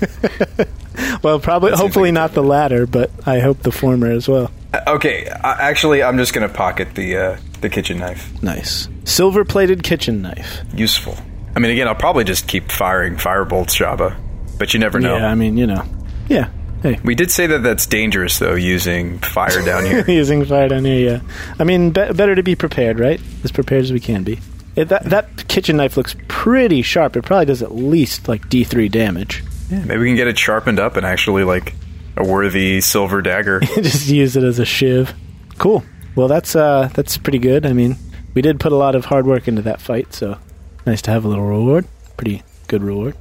Well, probably, seems hopefully like- not the latter, but I hope the former as well. Uh, Okay, I, actually, I'm just going to pocket the uh, the kitchen knife. Nice. Silver plated kitchen knife. Useful. I mean, again, I'll probably just keep firing firebolts, Shava, but you never know. Yeah, I mean, you know. Yeah. Hey. we did say that that's dangerous, though, using fire down here. Using fire down here, yeah. I mean, be- better to be prepared, right? As prepared as we can be. It, that, that kitchen knife looks pretty sharp. It probably does at least, like, D3 damage. Yeah, maybe we can get it sharpened up and actually, like, a worthy silver dagger. Just use it as a shiv. Cool. Well, that's, uh, that's pretty good. I mean, we did put a lot of hard work into that fight, so nice to have a little reward. Pretty good reward.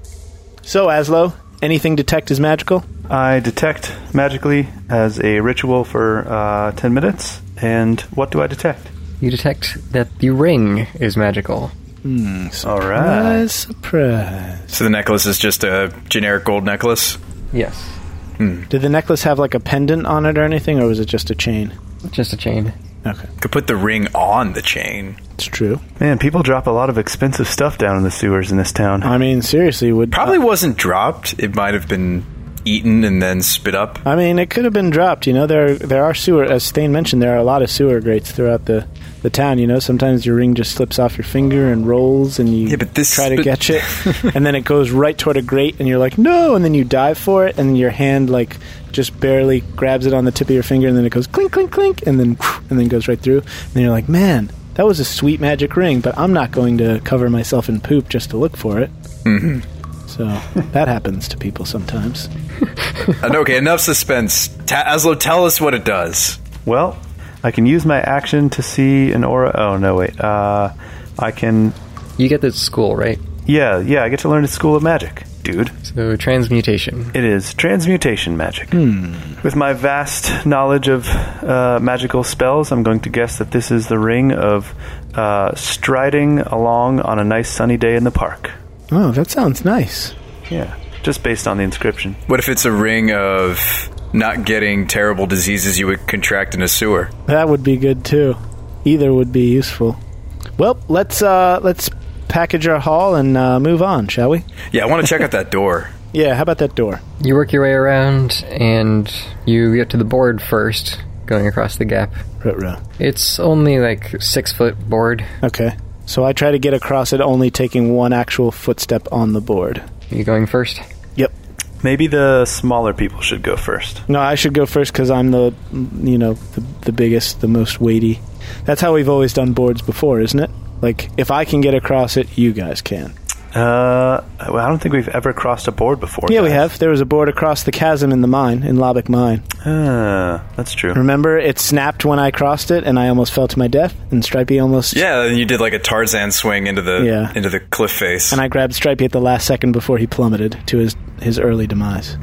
So, Aslo, anything detect is magical? I detect magically as a ritual for uh, ten minutes. And what do I detect? You detect that the ring is magical. All right. Surprise, surprise. So the necklace is just a generic gold necklace. Yes. Did the necklace have like a pendant on it or anything, or was it just a chain? Just a chain. Okay, Could put the ring on the chain. it's true. Man, people drop a lot of expensive stuff down in the sewers in this town. I mean, seriously, would Probably wasn't dropped. It might have been eaten and then spit up. I mean, it could have been dropped. You know, there there are sewer, as Stain mentioned, there are a lot of sewer grates throughout the, the town. You know, sometimes your ring just slips off your finger and rolls, and you Yeah, but this- try to but- catch it, and then it goes right toward a grate, and you're like, no, and then you dive for it, and your hand like just barely grabs it on the tip of your finger, and then it goes clink, clink, clink, and then and then goes right through, and then you're like, man. That was a sweet magic ring, but I'm not going to cover myself in poop just to look for it. Mm-hmm. So that happens to people sometimes. And Uh, okay, enough suspense. Ta- Aslo, tell us what it does. Well, I can use my action to see an aura. Oh no, wait. Uh, I can. You get this school, right? Yeah, yeah. I get to learn at School of Magic, dude. So transmutation. It is transmutation magic. With my vast knowledge of uh, magical spells, I'm going to guess that this is the ring of uh, striding along on a nice sunny day in the park. Oh, that sounds nice. Yeah, just based on the inscription. What if it's a ring of not getting terrible diseases you would contract in a sewer? That would be good too. Either would be useful. Well, let's uh let's package our haul and uh, move on, shall we? Yeah, I want to check out that door. Yeah, how about that door? You work your way around and you get to the board first, going across the gap. Ruh-roh. It's only like six foot board. Okay. So I try to get across it only taking one actual footstep on the board. You going first? Yep. Maybe the smaller people should go first. No, I should go first cuz I'm the you know, the, the biggest, the most weighty. That's how we've always done boards before, isn't it? Like if I can get across it, you guys can. Uh, well, I don't think we've ever crossed a board before. Yeah, we guys. have. There was a board across the chasm in the mine, in Lobbock Mine. Ah, that's true. Remember, it snapped when I crossed it, and I almost fell to my death. And Stripey almost. Yeah, and you did like a Tarzan swing into the Yeah. into the cliff face. And I grabbed Stripey at the last second before he plummeted to his his early demise.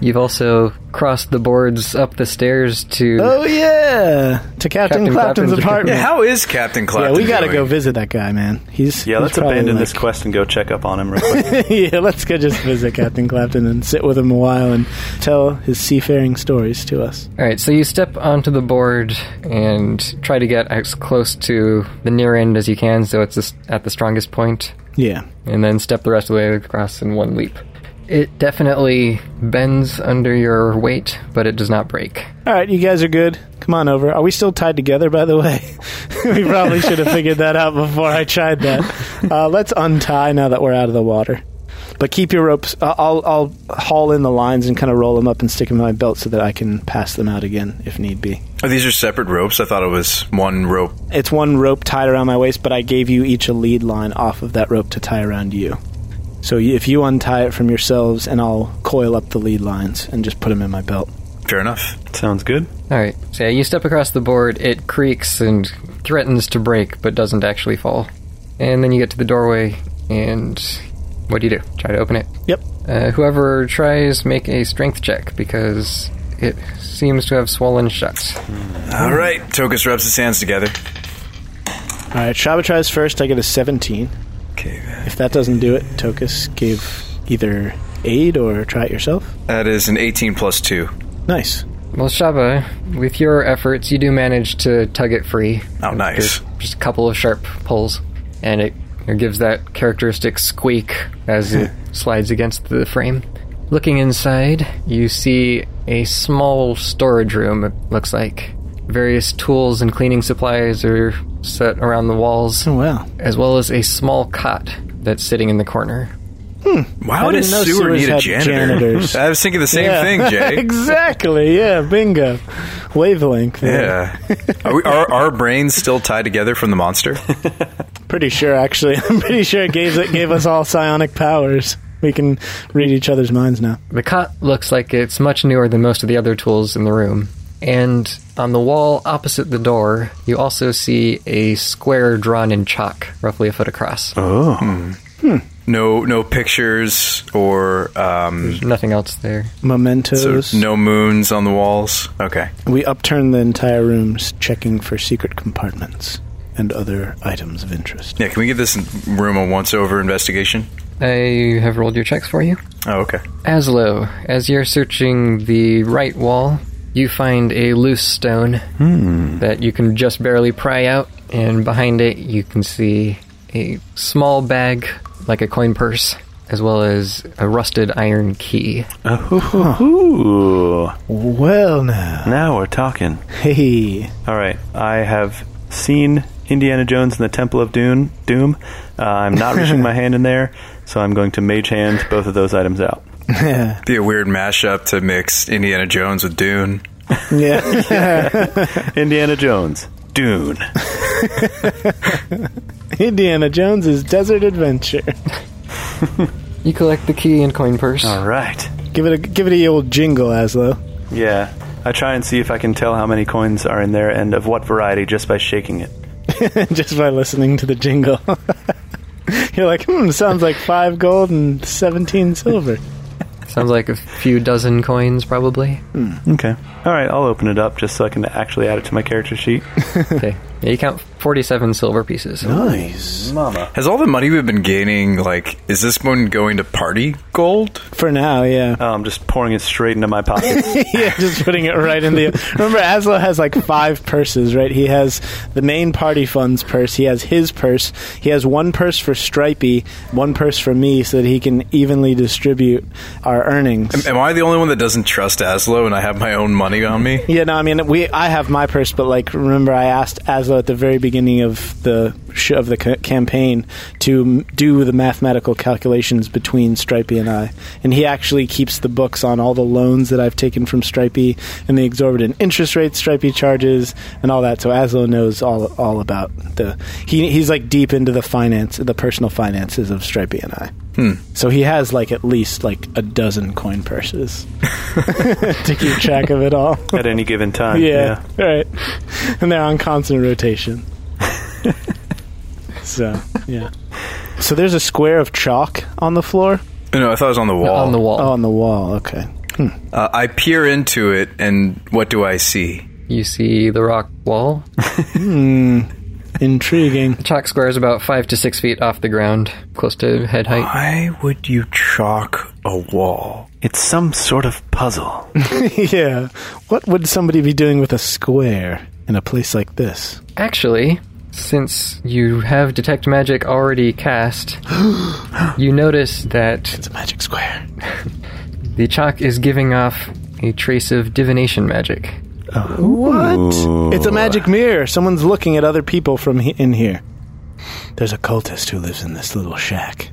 You've also crossed the boards up the stairs to. Oh yeah, to Captain, Captain Clapton's, Clapton's apartment. yeah, how is Captain Yeah, Clapton? we gotta doing? go visit that guy, man. He's Yeah, he's let's probably, abandon like- this quest and go check up on him real quick. yeah, let's go just visit Captain Clapton and sit with him a while and tell his seafaring stories to us. Alright, so you step onto the board and try to get as close to the near end as you can so it's just at the strongest point. Yeah, and then step the rest of the way across in one leap. It definitely bends under your weight, but it does not break. All right, you guys are good. Come on over. Are we still tied together, by the way? we probably should have figured that out before I tried that. Uh, let's untie now that we're out of the water. But keep your ropes. Uh, I'll, I'll haul in the lines and kind of roll them up and stick them in my belt so that I can pass them out again if need be. Oh, these are separate ropes. I thought it was one rope. It's one rope tied around my waist, but I gave you each a lead line off of that rope to tie around you. So y- if you untie it from yourselves, and I'll coil up the lead lines and just put them in my belt. Fair enough. Sounds good. Alright, so yeah, you step across the board, it creaks and threatens to break, but doesn't actually fall. And then you get to the doorway, and what do you do? Try to open it? Yep. Uh, whoever tries, make a strength check, because it seems to have swollen shut. All right, Tokus rubs his hands together. All right, Shaba tries first. I get a 17. Okay, If that doesn't do it, Tokus give either aid or try it yourself. that is an 18 plus two. Nice. Well, Shaba, with your efforts, you do manage to tug it free. Oh, nice. After Just a couple of sharp pulls, and it, it gives that characteristic squeak as it slides against the frame. Looking inside, you see a small storage room, it looks like. Various tools and cleaning supplies are set around the walls, Oh, wow. as well as a small cot that's sitting in the corner. Why would a didn't know sewer sewers need a had janitor? janitors. I was thinking the same Yeah. thing, Jay. exactly. Yeah, bingo. Wavelength. Yeah. Are, we, are our brains still tied together from the monster? Pretty sure, actually. I'm pretty sure it gave, it gave us all psionic powers. We can read each other's minds now. The cot looks like it's much newer than most of the other tools in the room. And on the wall opposite the door, you also see a square drawn in chalk, roughly a foot across. Oh. Hmm. No, no pictures or um, Nothing else there. so Mementos. no moons on the walls. Okay. We upturn the entire rooms, checking for secret compartments and other items of interest. Yeah. Can we give this room a once-over investigation? I have rolled your checks for you. Oh, okay. Aslo, as you're searching the right wall, you find a loose stone that you can just barely pry out, and behind it you can see a small bag like a coin purse, as well as a rusted iron key. Oh, Ooh, Well, now. now we're talking. Hey. All right, I have seen Indiana Jones and the Temple of Doom. Doom. Uh, I'm not reaching my hand in there, so I'm going to mage hand both of those items out. yeah. Be a weird mashup to mix Indiana Jones with Dune. Indiana Jones, Dune. Indiana Jones's Desert Adventure. You collect the key and coin purse. All right. Give it a give it a old jingle, Aslo. Yeah, I try and see if I can tell how many coins are in there and of what variety just by shaking it. Just by listening to the jingle. You're like, hmm, sounds like five gold and seventeen silver. Sounds like a few dozen coins, probably. Okay. All right, I'll open it up just so I can actually add it to my character sheet. okay. Yeah, you count 47 silver pieces. Nice. Mama. Has all the money we've been gaining, like, is this one going to party gold? For now, yeah. Oh, I'm just pouring it straight into my pocket. yeah, just putting it right in the. Remember, Aslo has like five purses, right? He has the main party funds purse. He has his purse. He has one purse for Stripey, one purse for me, so that he can evenly distribute our earnings. Am I the only one that doesn't trust Aslo and I have my own money on me? Yeah, no, I mean, we. I have my purse, but like, remember, I asked Aslo at the very beginning of the sh- of the c- campaign to m- do the mathematical calculations between Stripey and I, and he actually keeps the books on all the loans that I've taken from Stripey and the exorbitant interest rates Stripey charges and all that. So Aslo knows all all about the. He he's like deep into the finance, the personal finances of Stripey and I. So he has like at least like a dozen coin purses to keep track of it all. At any given time. Yeah, right. And they're on constant rotation. so, yeah. So there's a square of chalk on the floor. No, I thought it was on the wall. On the wall. Oh, on the wall. Okay. Uh, I peer into it, and what do I see? You see the rock wall. Intriguing. Chalk square is about five to six feet off the ground, close to head height. Why would you chalk a wall? It's some sort of puzzle. yeah. What would somebody be doing with a square in a place like this? Actually, since you have Detect Magic already cast, you notice that It's a magic square. the chalk is giving off a trace of divination magic. What? It's a magic mirror. Someone's looking at other people from he- in here. There's a cultist who lives in this little shack,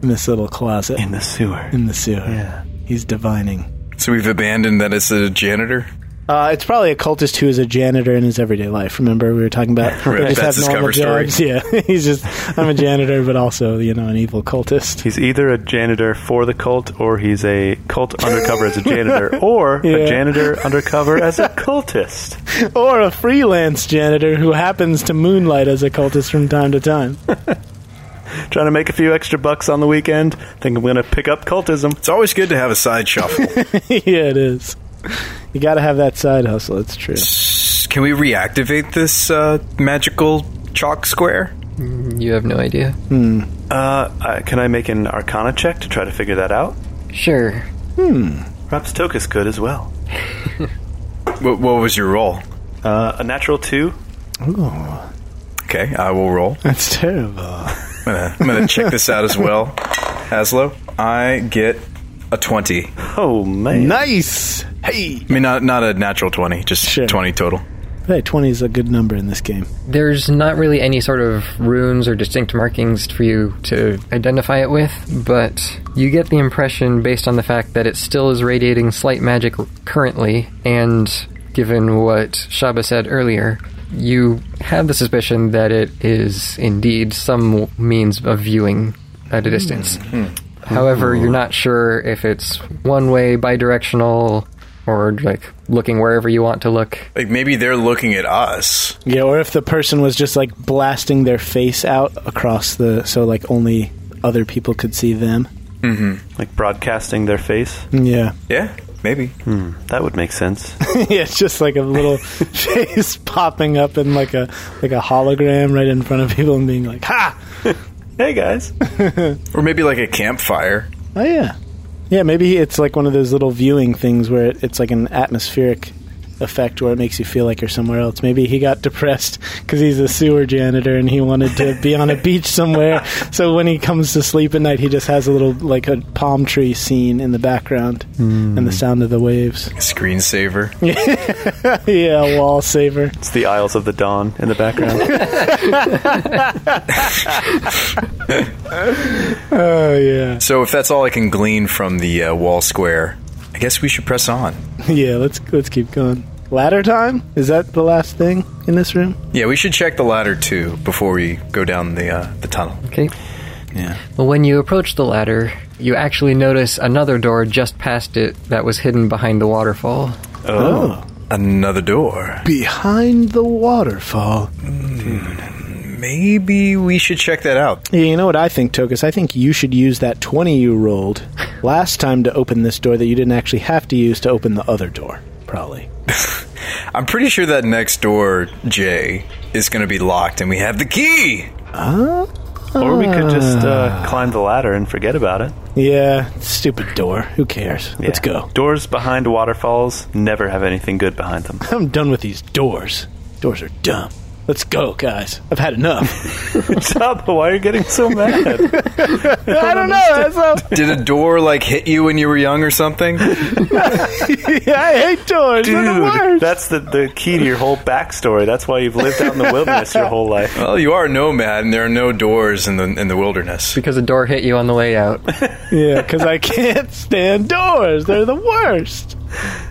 in this little closet, In the sewer. in the sewer. Yeah. He's divining. So we've abandoned that it's a janitor? Uh, it's probably a cultist who is a janitor in his everyday life. Remember, we were talking about Right, they just that's have his normal cover story. jobs. Yeah, he's just I'm a janitor, but also you know an evil cultist. He's either a janitor for the cult, or he's a cult undercover as a janitor, or Yeah. a janitor undercover as a cultist. or a freelance janitor who happens to moonlight as a cultist from time to time. Trying to make a few extra bucks on the weekend. Think I'm going to pick up cultism. It's always good to have a side shuffle. yeah, it is. You got to have that side hustle. It's true. Can we reactivate this uh, magical chalk square? You have no idea. Uh, uh, can I make an Arcana check to try to figure that out? Sure. Perhaps Tokus could as well. What, what was your roll? Uh, a natural two. Okay, I will roll. That's terrible. I'm gonna, I'm gonna check this out as well. Haslo, I get a 20. Oh man! Nice. Hey. I mean, not not a natural 20, just Sure. 20 total. Hey, twenty is a good number in this game. There's not really any sort of runes or distinct markings for you to identify it with, but you get the impression, based on the fact that it still is radiating slight magic currently, and given what Shaba said earlier, you have the suspicion that it is indeed some means of viewing at a distance. However, you're not sure if it's one way, bi directional, or like looking wherever you want to look. Like maybe they're looking at us. Yeah, or if the person was just like blasting their face out across the so like only other people could see them. Like broadcasting their face. Yeah. Yeah, maybe. That would make sense. yeah, it's just like a little face popping up in like a like a hologram right in front of people and being like, "Ha! Hey guys. Or maybe like a campfire. Oh yeah, yeah. Maybe it's like one of those little viewing things where it, it's like an atmospheric effect where it makes you feel like you're somewhere else. Maybe he got depressed because he's a sewer janitor and he wanted to be on a beach somewhere. So when he comes to sleep at night, he just has a little like a palm tree scene in the background and the sound of the waves. Screensaver. yeah, wall saver. It's the Isles of the Dawn in the background. Oh yeah, So if that's all I can glean from the uh, wall square, I guess we should press on. yeah. Let's let's keep going. Ladder time is that the last thing in this room? Yeah, we should check the ladder too before we go down the uh, the tunnel. Okay. Yeah. Well, when you approach the ladder, you actually notice another door just past it that was hidden behind the waterfall. Oh, Another door. behind the waterfall. Maybe we should check that out. Yeah, you know what I think, Tokus? I think you should use that 20 you rolled last time to open this door that you didn't actually have to use to open the other door, probably. I'm pretty sure that next door, Jay, is going to be locked, and we have the key. or we could just uh, climb the ladder and forget about it. Yeah, stupid door. Who cares? Let's Yeah. go. Doors behind waterfalls never have anything good behind them. I'm done with these doors. Doors are dumb. Let's go, guys. I've had enough. Stop! Why are you getting so mad? I don't know. That's all. Did a door like hit you when you were young or something? I hate doors. They're the Dude, worst. that's the, the key to your whole backstory. That's why you've lived out in the wilderness your whole life. Well, you are a nomad, and there are no doors in the in the wilderness. Because a door hit you on the way out. yeah, because I can't stand doors. They're the worst.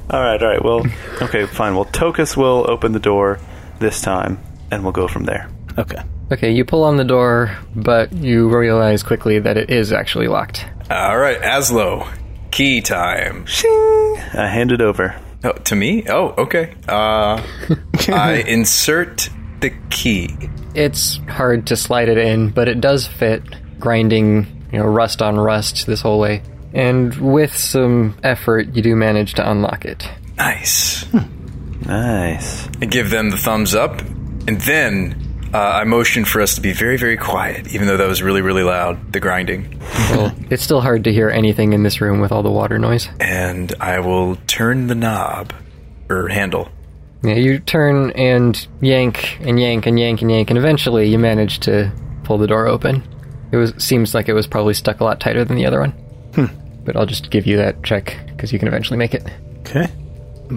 All right, all right. Well, okay, fine. Well, Tokus will open the door this time, and we'll go from there. Okay. Okay, you pull on the door, but you realize quickly that it is actually locked. All right, Aslo, key time. I hand it over. Oh, to me? Oh, okay. Uh, I insert the key. It's hard to slide it in, but it does fit, grinding, you know, rust on rust this whole way. And with some effort, you do manage to unlock it. Nice. Nice. I give them the thumbs up, and then uh, I motion for us to be very, very quiet, even though that was really, really loud, the grinding. Well, it's still hard to hear anything in this room with all the water noise. And I will turn the knob or handle. Yeah, you turn and yank and yank and yank and yank, and eventually you manage to pull the door open. It was seems like it was probably stuck a lot tighter than the other one. But I'll just give you that check because you can eventually make it. Okay.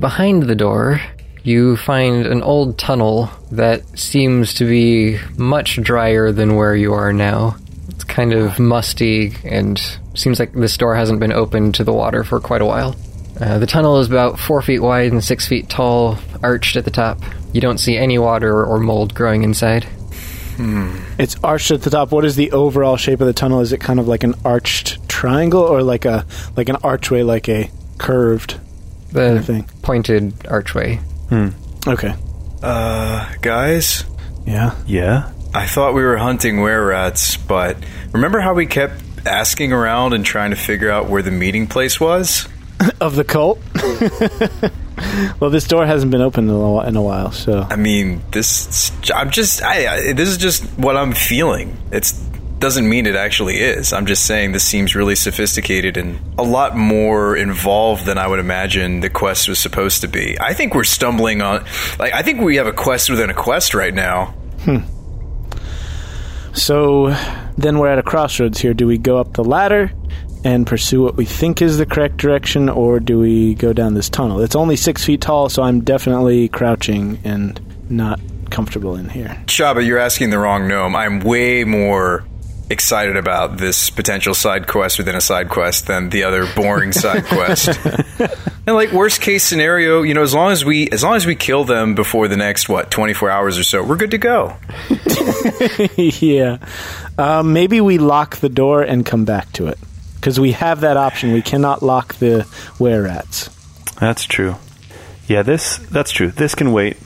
Behind the door, you find an old tunnel that seems to be much drier than where you are now. It's kind of musty and seems like this door hasn't been open to the water for quite a while. Uh, the tunnel is about four feet wide and six feet tall, arched at the top. You don't see any water or mold growing inside. It's arched at the top. What is the overall shape of the tunnel? Is it kind of like an arched triangle or like a like an archway like a curved? The thing. pointed archway. Okay. Uh, guys, Yeah. Yeah. I thought we were hunting were rats, but remember how we kept asking around and trying to figure out where the meeting place was? Of the cult? well, this door hasn't been opened in a while, in a while so. I mean, this. I'm just. I, I. This is just what I'm feeling. It's doesn't mean it actually is. I'm just saying this seems really sophisticated and a lot more involved than I would imagine the quest was supposed to be. I think we're stumbling on. Like, I think we have a quest within a quest right now. So then we're at a crossroads here. Do we go up the ladder and pursue what we think is the correct direction, or do we go down this tunnel? It's only six feet tall, so I'm definitely crouching and not comfortable in here. Chaba, you're asking the wrong gnome. I'm way more excited about this potential side quest within a side quest than the other boring side quest. And like worst case scenario, you know, as long as we as long as we kill them before the next what, 24 hours or so, we're good to go. yeah. Um, maybe we lock the door and come back to it. Because we have that option. We cannot lock the where rats. That's true. Yeah, this that's true. This can wait.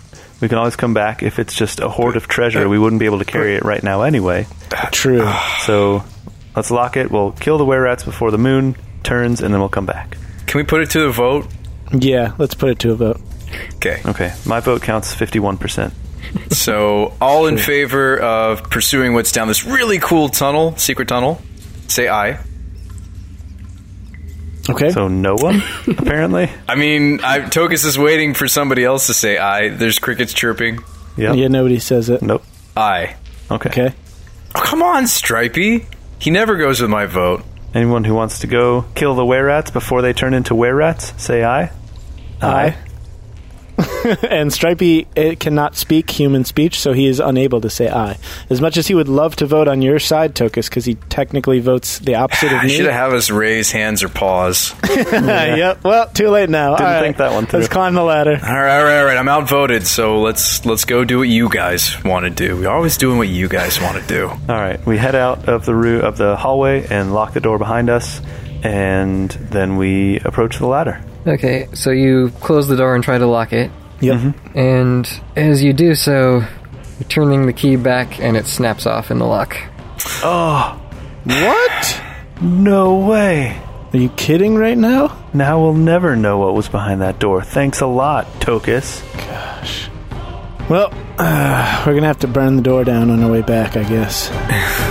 We can always come back if it's just a hoard of treasure. We wouldn't be able to carry it right now anyway. True. uh. So let's lock it. We'll kill the were rats before the moon turns, and then we'll come back. Can we put it to the vote? yeah, let's put it to a vote. Okay. Okay, my vote counts fifty-one percent. So, all in favor of pursuing what's down this really cool tunnel, secret tunnel, say aye. Okay. So no one, apparently. I mean, I, Tokus is waiting for somebody else to say aye. There's crickets chirping. Yep. Yeah, nobody says it. Nope. Aye. Okay. Okay. Oh, come on, Stripey. He never goes with my vote. Anyone who wants to go kill the were rats before they turn into were rats, say aye. Aye. and Stripey it cannot speak human speech, so he is unable to say aye. As much as he would love to vote on your side, Tokus, because he technically votes the opposite of I me. should Ah, have had us raise hands or paws. yep. Well, too late now. Didn't All think that one Let's through. climb the ladder. All right, all right, all right. I'm outvoted, so let's let's go do what you guys want to do. We're always doing what you guys want to do. All right. We head out of the roo- of the hallway and lock the door behind us, and then we approach the ladder. Okay, so you close the door and try to lock it, Yep. Mm-hmm. and as you do so, you're turning the key back and it snaps off in the lock. What? No way. Are you kidding right now? Now we'll never know what was behind that door. Thanks a lot, Tokus. Well, uh, we're gonna have to burn the door down on our way back, I guess.